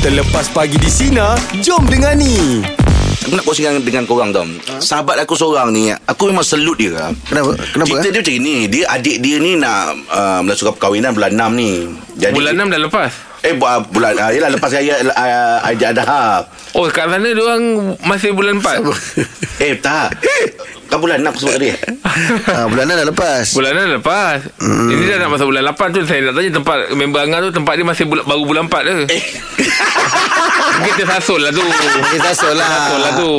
Terlepas pagi di Sina Jom dengar ni Aku nak kongsikan dengan korang tau ha? Sahabat aku seorang ni Aku memang selut dia lah. Kenapa? Kenapa? Cerita eh? dia macam ni Dia adik dia ni nak uh, Melangsungkan perkahwinan bulan 6 ni Jadi, Bulan 6 dah lepas Eh bu- bulan uh, Yelah lepas raya uh, Aja Adha Oh kat sana diorang Masih bulan 4 Eh tak Kan bulan 6 aku sebut tadi Ah, bulan dah lepas. Bulan 6 dah lepas hmm. Ini dah nak masuk bulan 8 tu Saya nak tanya tempat Member Angah tu Tempat dia masih bulan, baru bulan 4 ke eh. Mungkin tersasul lah tu Kita Tersasul lah solah. tu